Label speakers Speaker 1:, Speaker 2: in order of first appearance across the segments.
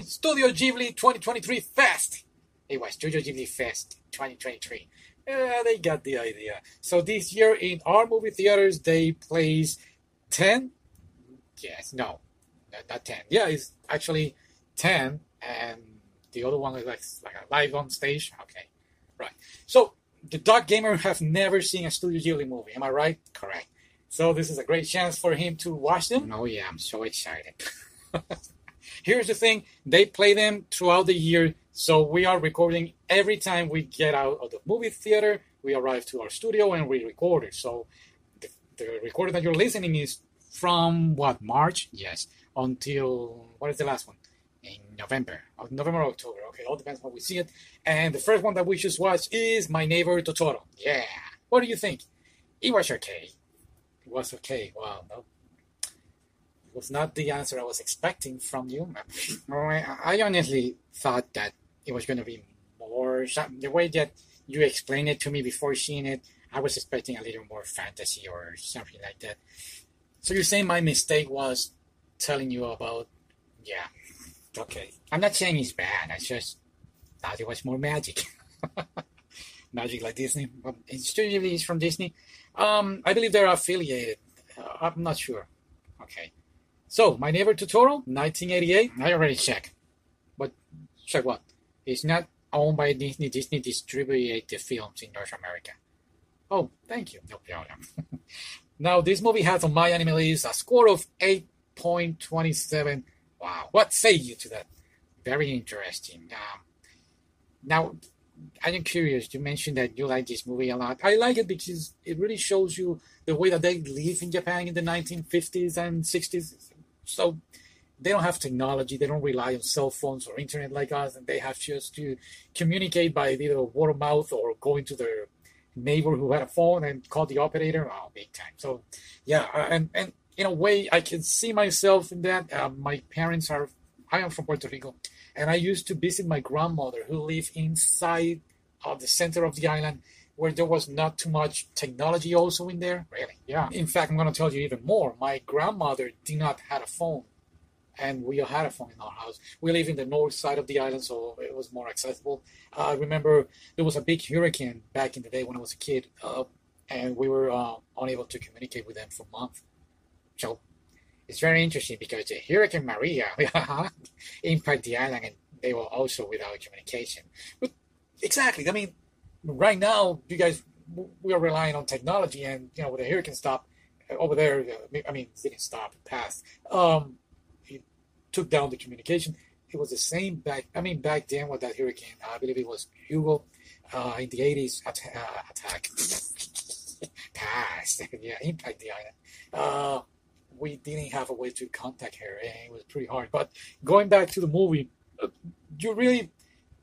Speaker 1: Studio Ghibli 2023 Fest. It was Studio Ghibli Fest 2023. Uh, they got the idea. So this year in our movie theaters, they plays 10. Yes, no, no, not 10. Yeah, it's actually 10, and the other one is like, like a live on stage. Okay, right. So the dog gamer have never seen a Studio Ghibli movie. Am I right? Correct. So this is a great chance for him to watch them. Oh yeah, I'm so excited. Here's the thing: they play them throughout the year, so we are recording every time we get out of the movie theater. We arrive to our studio and we record it. So the, the recording that you're listening is from what March? Yes, until what is the last one? in November, or November, October. Okay, all depends when we see it. And the first one that we just watched is My Neighbor Totoro. Yeah. What do you think? It was okay. It was okay. Wow, no. It was not the answer I was expecting from you. I honestly thought that it was going to be more. The way that you explained it to me before seeing it, I was expecting a little more fantasy or something like that. So you're saying my mistake was telling you about. Yeah, okay. I'm not saying it's bad. I just thought it was more magic. magic like Disney. Well, it's Studio Ghibli is from Disney. Um, I believe they're affiliated. Uh, I'm not sure. Okay. So, My Neighbor Totoro, 1988. I already checked. But check what? It's not owned by Disney. Disney distributed the films in North America. Oh, thank you. No problem. now, this movie has on my anime list a score of 8.27 Wow, what say you to that? Very interesting. Um, now, I am curious. You mentioned that you like this movie a lot. I like it because it really shows you the way that they live in Japan in the 1950s and 60s. So they don't have technology. They don't rely on cell phones or internet like us, and they have just to communicate by either word of mouth or going to their neighbor who had a phone and call the operator. Oh, big time. So, yeah, uh, and and in a way i can see myself in that uh, my parents are i am from puerto rico and i used to visit my grandmother who lived inside of the center of the island where there was not too much technology also in there really yeah in fact i'm going to tell you even more my grandmother did not had a phone and we had a phone in our house. We live in the north side of the island, so it was more accessible. Uh, I remember there was a big hurricane back in the day when I was a kid, uh, and we were uh, unable to communicate with them for months. So it's very interesting because the Hurricane Maria impacted the island and they were also without communication. But exactly, I mean, right now, you guys, we are relying on technology and, you know, with the hurricane stop uh, over there, I mean, it didn't stop, it passed. Um, it took down the communication. It was the same back, I mean, back then with that hurricane, I believe it was Hugo uh, in the 80s at, uh, attack. passed, yeah, impact the island. Uh, we didn't have a way to contact her and it was pretty hard but going back to the movie uh, you really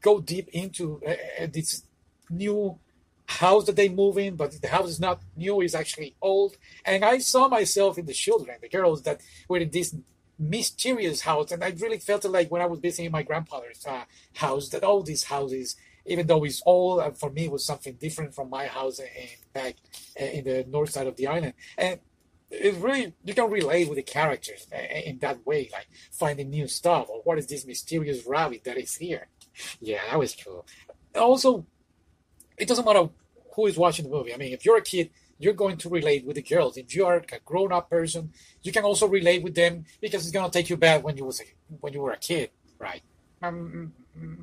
Speaker 1: go deep into uh, this new house that they move in but the house is not new it's actually old and i saw myself in the children the girls that were in this mysterious house and i really felt like when i was visiting my grandfather's uh, house that all these houses even though it's old and for me it was something different from my house in, back uh, in the north side of the island and it really you can relate with the characters uh, in that way, like finding new stuff or what is this mysterious rabbit that is here. Yeah, that was cool. Also, it doesn't matter who is watching the movie. I mean, if you're a kid, you're going to relate with the girls. If you are a grown-up person, you can also relate with them because it's gonna take you back when you was a, when you were a kid, right? Um,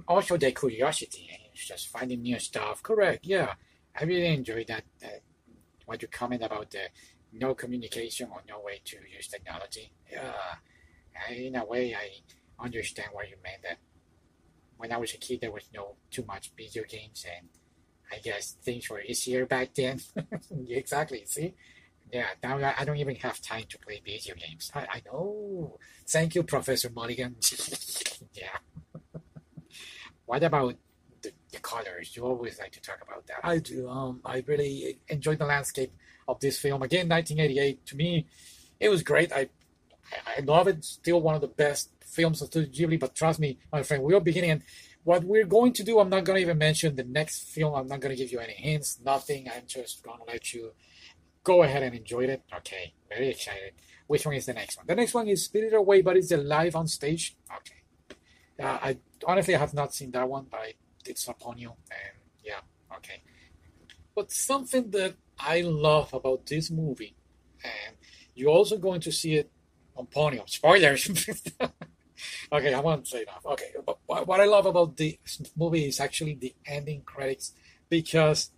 Speaker 1: also, their curiosity and just finding new stuff. Correct. Yeah, I really enjoyed that. Uh, what you comment about the no communication or no way to use technology. Uh, I, in a way, I understand what you meant. That when I was a kid, there was no too much video games, and I guess things were easier back then. exactly. See, yeah. Now I, I, don't even have time to play video games. I, I know. Thank you, Professor Mulligan. yeah. what about the, the, colors. You always like to talk about that. I do. Um, I really enjoyed the landscape of this film. Again, 1988. To me, it was great. I, I, I love it. Still one of the best films of Studio Ghibli. But trust me, my friend, we are beginning. And what we're going to do, I'm not gonna even mention the next film. I'm not gonna give you any hints. Nothing. I'm just gonna let you go ahead and enjoy it. Okay. Very excited. Which one is the next one? The next one is Spirited Away, but it's a live on stage. Okay. Uh, I honestly I have not seen that one, but I did upon you, and yeah, okay. But something that I love about this movie, and you're also going to see it on Ponyo. Spoilers. okay, I won't say that. Okay, but wh- what I love about this movie is actually the ending credits because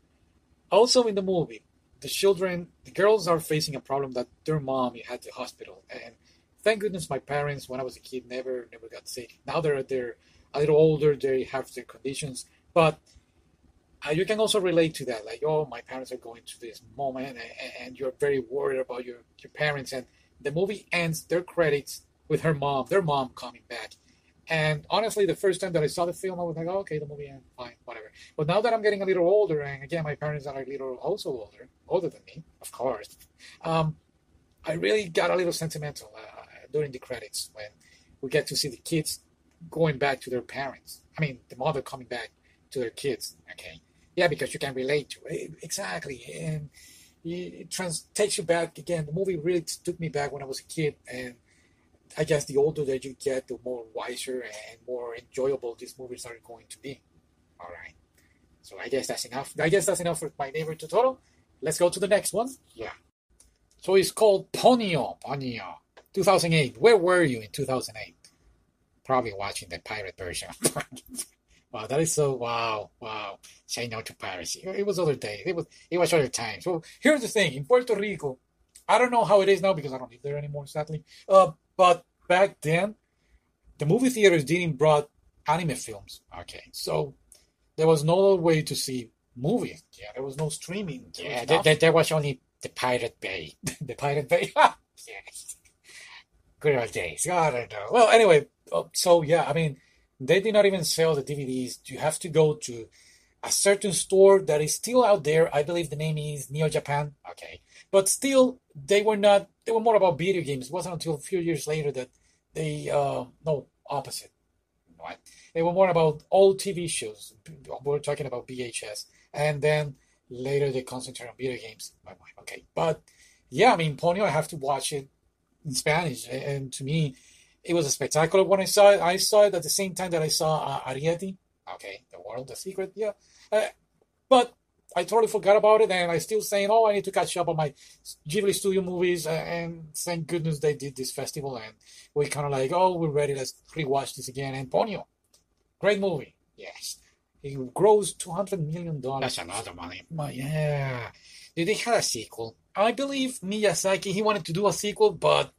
Speaker 1: also in the movie, the children, the girls are facing a problem that their mom had the hospital. And thank goodness my parents, when I was a kid, never never got sick. Now they're they're a little older, they have their conditions, but uh, you can also relate to that. Like, oh, my parents are going through this moment, and, and you're very worried about your your parents. And the movie ends their credits with her mom, their mom coming back. And honestly, the first time that I saw the film, I was like, oh, okay, the movie, ends, fine, whatever. But now that I'm getting a little older, and again, my parents are a little also older, older than me, of course, um, I really got a little sentimental uh, during the credits when we get to see the kids going back to their parents. I mean, the mother coming back to their kids. Okay, yeah, because you can relate to it exactly, and it trans- takes you back again. The movie really took me back when I was a kid, and I guess the older that you get, the more wiser and more enjoyable these movies are going to be. All right. So I guess that's enough. I guess that's enough for my neighbor Totoro. Let's go to the next one. Yeah. So it's called Ponyo. Ponyo. 2008. Where were you in 2008? Probably watching the pirate version. wow, that is so wow, wow. Say no to piracy. It was other days. It was it was other times. So here's the thing. In Puerto Rico, I don't know how it is now because I don't live there anymore, sadly. Uh, but back then, the movie theaters didn't brought anime films. Okay, so there was no way to see movies. Yeah, there was no streaming. There
Speaker 2: Yeah,
Speaker 1: was
Speaker 2: there,
Speaker 1: nothing.
Speaker 2: there, there was only the Pirate Bay.
Speaker 1: the Pirate Bay. yes. Good old days. I don't know. Well, anyway, uh, so yeah, I mean, they did not even sell the DVDs. You have to go to a certain store that is still out there. I believe the name is Neo Japan. Okay. But still, they were not, they were more about video games. It wasn't until a few years later that they, uh, no, opposite. What? They were more about old TV shows. We're talking about VHS. And then later they concentrate on video games. Okay. But yeah, I mean, Ponyo, I have to watch it in Spanish. And to me, it was a spectacular when I saw it. I saw it at the same time that I saw uh, Ariete. Okay, The World, The Secret, yeah. Uh, but I totally forgot about it, and I still saying, oh, I need to catch up on my Ghibli Studio movies. uh, And thank goodness they did this festival, and we kind of like, oh, we're ready. Let's rewatch this again. And Ponyo, great movie. Yes, it grossed two hundred million dollars.
Speaker 2: That's a lot of money.
Speaker 1: My, yeah. Did they have a sequel? I believe Miyazaki, he wanted to do a sequel, but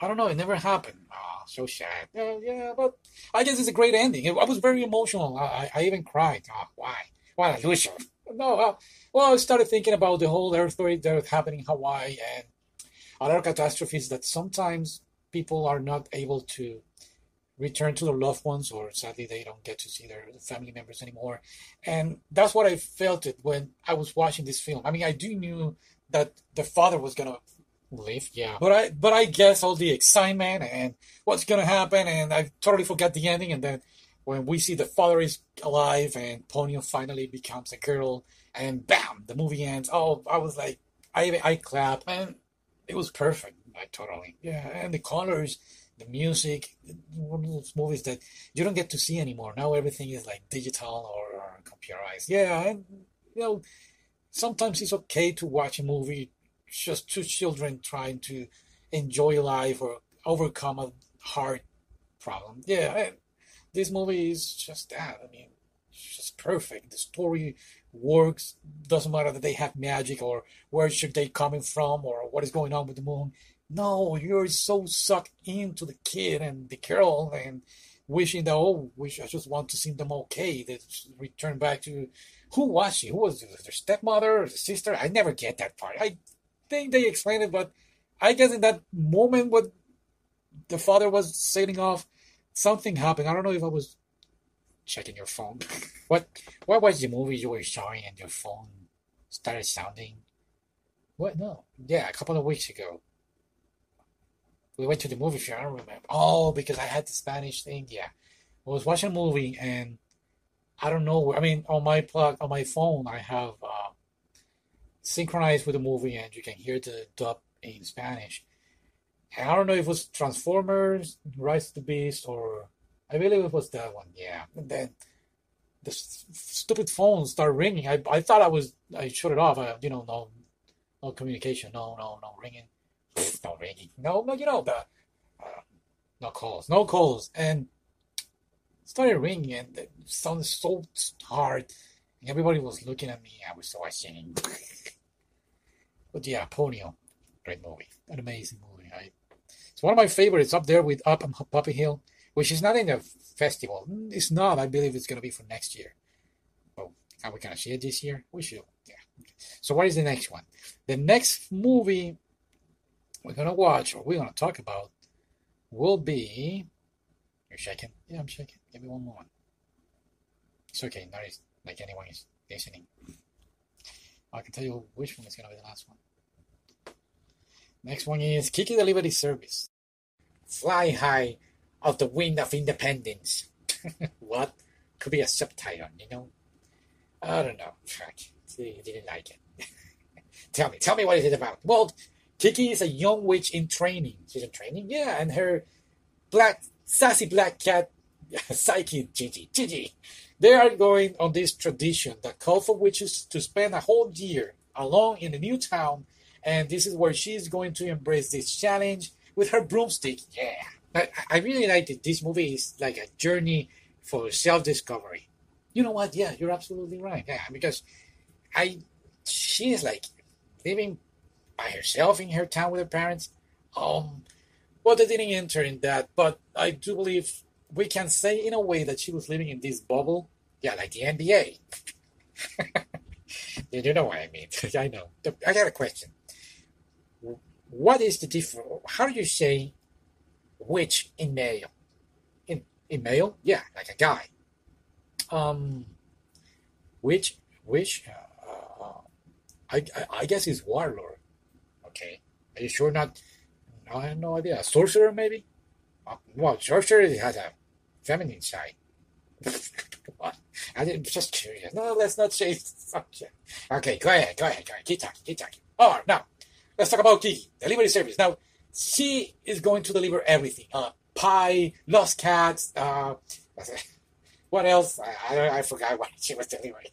Speaker 1: I don't know, it never happened. Ah,
Speaker 2: Oh, so sad.
Speaker 1: Yeah, yeah, but I guess it's a great ending. I was very emotional. I, I, I even cried. Oh, why?
Speaker 2: What a loser.
Speaker 1: No, uh, well, I started thinking about the whole earthquake that happened in Hawaii and other catastrophes that sometimes people are not able to return to their loved ones, or sadly, they don't get to see their family members anymore. And that's what I felt it when I was watching this film. I mean, I do knew that the father was gonna
Speaker 2: Live? Yeah.
Speaker 1: but I but I guess all the excitement and what's gonna happen and I totally forgot the ending and then when we see the father is alive and Ponyo finally becomes a girl and bam the movie ends. Oh I was like I I clap and it was perfect.
Speaker 2: I totally.
Speaker 1: Yeah, and the colors, the music, one of those movies that you don't get to see anymore. Now everything is like digital or, or computerized. Yeah, and you know, sometimes it's okay to watch a movie, it's just two children trying to enjoy life or overcome a hard problem. Yeah, and this movie is just that. I mean, it's just perfect. The story works. Doesn't matter that they have magic or where should they coming from or what is going on with the moon. No, you're so sucked into the kid and the girl and wishing that oh, wish I just want to see them okay. They return back to who was she? Who was it? their stepmother, or the sister? I never get that part. I think they explained it, but I guess in that moment when the father was sailing off, something happened. I don't know if I was
Speaker 2: Checking your phone. what What was the movie you were showing and your phone started sounding?
Speaker 1: what no.
Speaker 2: Yeah, a couple of weeks ago.
Speaker 1: We went to the movie theater. I don't remember. Oh, because I had the Spanish thing. Yeah, I was watching a movie and I don't know. where- I mean, on my plug on my phone, I have uh, synchronized with the movie, and you can hear the dub in Spanish. And I don't know if it was Transformers, Rise of the Beast, or I believe it was that one. Yeah. And then the s- stupid phone started ringing. I, I thought I was I shut it off. I, you know, no, no communication. No, no, no ringing. Pfft, no ringing. No, no. You know the uh, no calls. No calls. And it started ringing, and it sounded so hard. And everybody was looking at me. I was so ashamed. but yeah, Ponyo, great movie, an amazing movie. I, it's one of my favorites. Up there with Up and Puppy Hill which is not in the festival. Mm, It's not. I believe it's going to be for next year. Oh, are we going to see it this year? We should. Yeah. So what is the next one? The next movie we're going to watch or we're going to talk about will be. You're shaking. Yeah, I'm shaking. Give me one moment. It's okay. Not as, like anyone is listening. I can tell you which one is going to be the last one. Next one is Kiki Delivery Service. Fly high of the wind of independence. what? Could be a subtitle, you know? I don't know. Fuck. See, you didn't like it. tell me, tell me what is it about. Well, Kiki is a young witch in training. She's in training? Yeah, and her black, sassy black cat, psychic Gigi, Gigi, they are going on this tradition that called for witches to spend a whole year alone in a new town, and this is where she is going to embrace this challenge with her broomstick. Yeah. I, I really liked it. This movie is like a journey for self discovery. You know what? Yeah, you're absolutely right. Yeah, because I she is like living by herself in her town with her parents. Um well they didn't enter in that, but I do believe we can say in a way that she was living in this bubble. Yeah, like the NBA. you know what I mean. I know. I got a question. What is the difference? How do you say which in male. In in male, yeah, like a guy. Um, which which, uh, uh, I, I I guess is warlord. Okay, are you sure? Not, I have no idea. Sorcerer maybe. Uh, well, sorcerer has a feminine side. what? I didn't, just curious. No, let's not change the subject. Okay, go ahead, go ahead, go ahead. Keep talking, keep talking. All right, now let's talk about Kiki delivery service. Now she is going to deliver everything. Uh, pie, lost cats. Uh, what else? I, I, I forgot what she was delivering.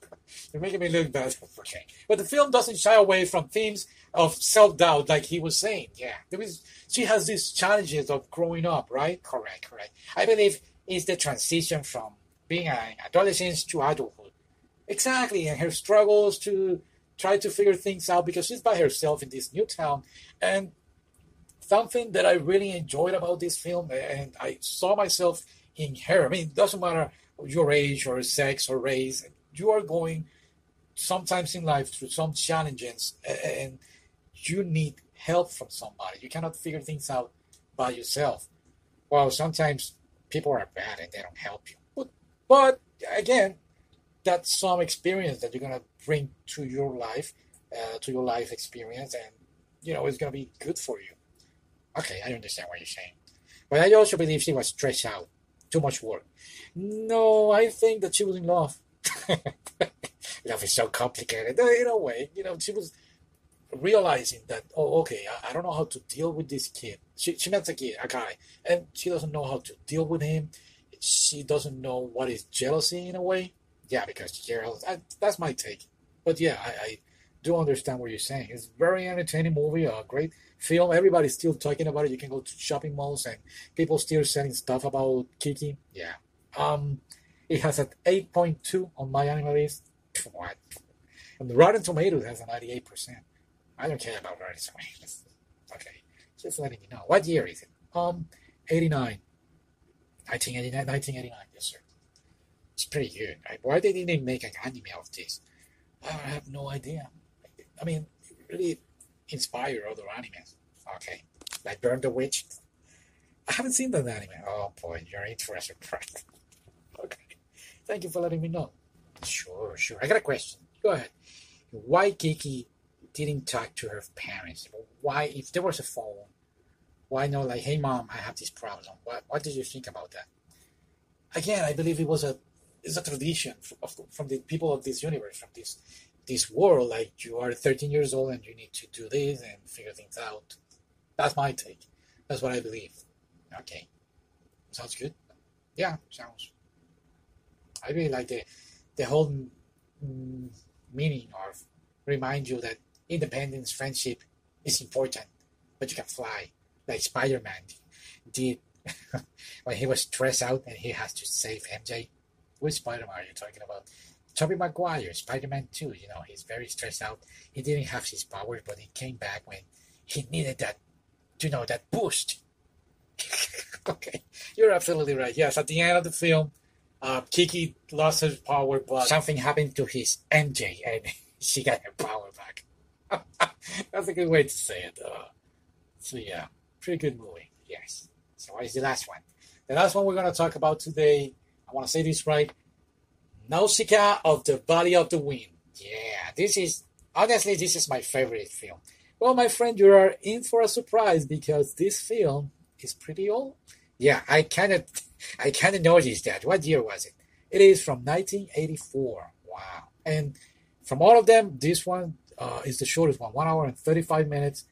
Speaker 1: You're making me look bad. Okay, but the film doesn't shy away from themes of self-doubt, like he was saying. Yeah, there is. She has these challenges of growing up, right? Correct, correct. I believe it's the transition from being an adolescent to adulthood. Exactly, and her struggles to try to figure things out because she's by herself in this new town and something that I really enjoyed about this film, and I saw myself in her. I mean, it doesn't matter your age or sex or race, you are going sometimes in life through some challenges, and you need help from somebody. You cannot figure things out by yourself. Well, sometimes people are bad and they don't help you. But, but again, that's some experience that you're gonna bring to your life, uh, to your life experience, and you know it's gonna be good for you. Okay, I understand what you're saying. But I also believe she was stressed out. Too much work. No, I think that she was in love. love is so complicated. In a way, you know, she was realizing that, oh, okay, I, I don't know how to deal with this kid. She, she met a kid, a guy, and she doesn't know how to deal with him. She doesn't know what is jealousy in a way. Yeah, because Gerald, I, that's my take. But yeah, I, I do understand what you're saying. It's a very entertaining movie, a great film. Everybody's still talking about it. You can go to shopping malls and people still selling stuff about Kiki. Yeah. Um, it has an 8.2 on my anime list. What? And Rotten Tomatoes has a 98%. I don't care about Rotten Tomatoes. Okay. Just letting you know. What year is it? Um, 89. 1989, 1989, yes, sir. It's pretty good. Right? Why they didn't make an anime of this? I have no idea. I mean, really inspire other animes. Okay, like Burn the Witch. I haven't seen that anime. Oh boy, you're in for a surprise. okay, thank you for letting me know. Sure, sure. I got a question. Go ahead. Why Kiki didn't talk to her parents? Why, if there was a phone, why not like, hey mom, I have this problem. What What did you think about that? Again, I believe it was a it's a tradition of, from the people of this universe, from this this world like you are 13 years old and you need to do this and figure things out that's my take that's what i believe okay sounds good Yeah, sounds. I really like the the whole mm, meaning of remind you that independence, friendship is important, but you can fly like Spider Man did when he was stressed out and he has to save MJ. Which Spider Man are you talking about? Tobey Maguire, Spider Man 2, you know, he's very stressed out. He didn't have his powers, but he came back when he needed that, you know, that boost. okay, you're absolutely right. Yes, at the end of the film, uh, Kiki lost her power, but something happened to his MJ and she got her power back. That's a good way to say it. Uh, so, yeah, pretty good movie. Yes. So, what is the last one? The last one we're going to talk about today, I want to say this right Nausicaa of the Valley of the Wind. Yeah, this is honestly this is my favorite film. Well, my friend, you are in for a surprise because this film is pretty old. Yeah, I cannot I kinda noticed that. What year was it? It is from 1984. Wow. And from all of them, this one uh, is the shortest one, one hour and 35 minutes.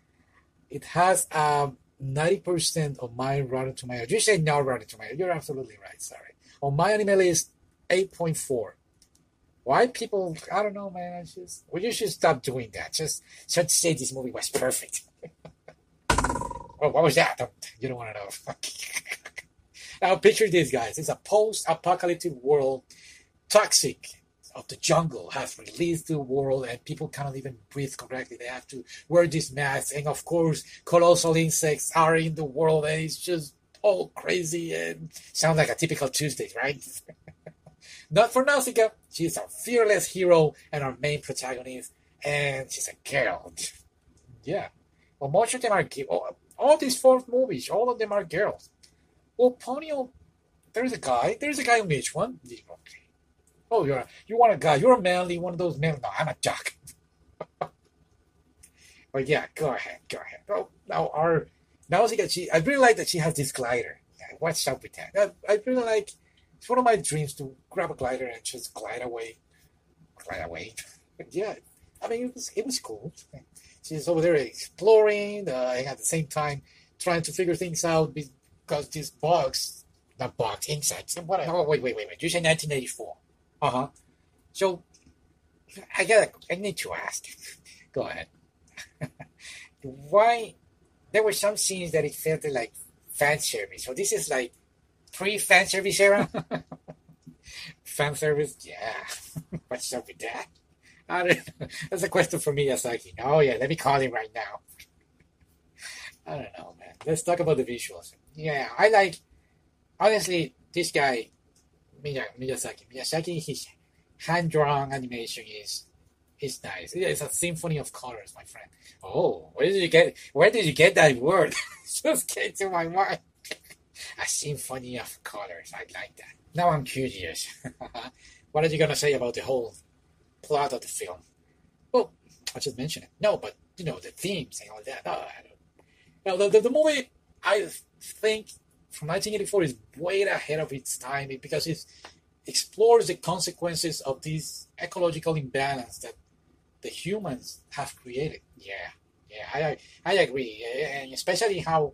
Speaker 1: It has um, 90% of my Rotten Tomato. You say no Rotten Tomato. You're absolutely right. Sorry. On my anime list, 8.4. Why people? I don't know, man. I just well, you should stop doing that. Just just say this movie was perfect. oh, what was that? Don't, you don't want to know. now picture this, guys. It's a post-apocalyptic world. Toxic of the jungle has released the world, and people cannot even breathe correctly. They have to wear these masks, and of course, colossal insects are in the world, and it's just all crazy and sounds like a typical Tuesday, right? Not for Nausicaa. She's our fearless hero and our main protagonist, and she's a girl. yeah. Well, most of them are gi- all, all these four movies. All of them are girls. Well, Ponyo, there's a guy. There's a guy in each one. Yeah, Okay. Oh, you're a- you want a guy? You're a manly one of those men. No, I'm a jock. but yeah, go ahead, go ahead. Oh, now our Nausicaa. She, I really like that she has this glider. Yeah, What's up with that? I, I really like it's one of my dreams to grab a glider and just glide away, glide away. yeah, I mean it was it was cool. She's over there exploring uh, and at the same time trying to figure things out because these bugs, not bugs, insects. And what? I, oh wait, wait, wait, wait. You said 1984. Uh huh. So I gotta, I need to ask. Go ahead. Why there were some scenes that it felt like fan service. So this is like pre fan service era. fan service, yeah. What's up with that? I don't, that's a question for me, Yasaki. Oh yeah, let me call him right now. I don't know, man. Let's talk about the visuals. Yeah, I like. Honestly, this guy, Miya- Miyazaki, Miyazaki, his hand-drawn animation is is nice. It's a symphony of colors, my friend. Oh, where did you get? Where did you get that word? Just came to my mind a symphony of colors. I like that. Now I'm curious. what are you gonna say about the whole plot of the film? Well, I just mentioned it. No, but you know the themes and all that. No, I don't. Now the, the, the movie I think from 1984 is way ahead of its time because it explores the consequences of this ecological imbalance that the humans have created. Yeah, yeah, I I agree, and especially how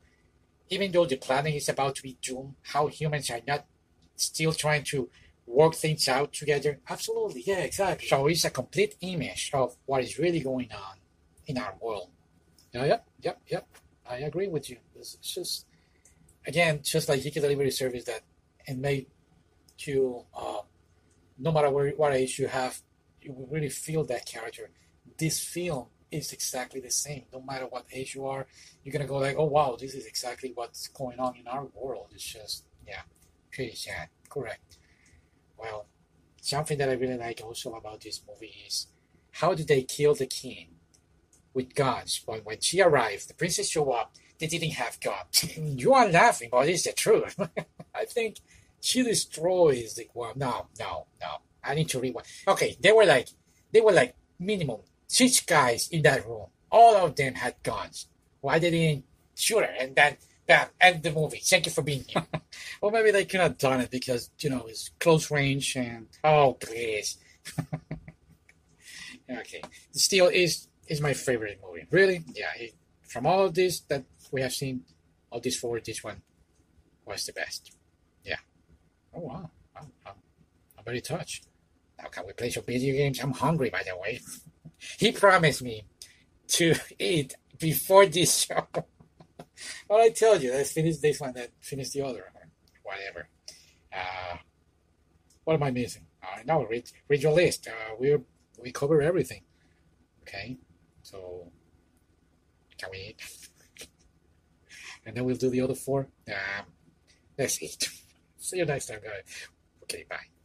Speaker 1: even though the planet is about to be doomed, how humans are not still trying to work things out together. Absolutely, yeah, exactly. So it's a complete image of what is really going on in our world. Yeah, yep, yep, yep. I agree with you. It's it's just again, just like Yiki Delivery Service that it made you uh, no matter where, what age you have, you will really feel that character. This film is exactly the same. No matter what age you are, you're gonna go like, oh wow, this is exactly what's going on in our world. It's just yeah, pretty sad. Correct. Well, something that I really like also about this movie is how did they kill the king with guns? When when she arrived, the princess show up. They didn't have guns. you are laughing, but it's the truth. I think she destroys the well, no, no, no. I need to rewind. Okay, they were like they were like minimum six guys in that room. All of them had guns. Why they didn't shoot her and then bam end the movie. Thank you for being here. or maybe they could have done it because, you know, it's close range and oh please. okay. Steel is is my favorite movie. Really? Yeah, it, from all of this that we have seen, all these four, this one was the best. Oh wow, I'm, I'm, I'm very touched. Now can we play some video games? I'm hungry, by the way. he promised me to eat before this show.
Speaker 3: Well, I tell you, let's finish this one, then finish the other, one. whatever.
Speaker 1: Uh,
Speaker 3: What am I missing?
Speaker 1: uh, no, read read your list. Uh, we we cover everything. Okay, so can we eat? and Ah, then we'll do the other four. Um, let's eat. See you next time, guys. Okay, bye.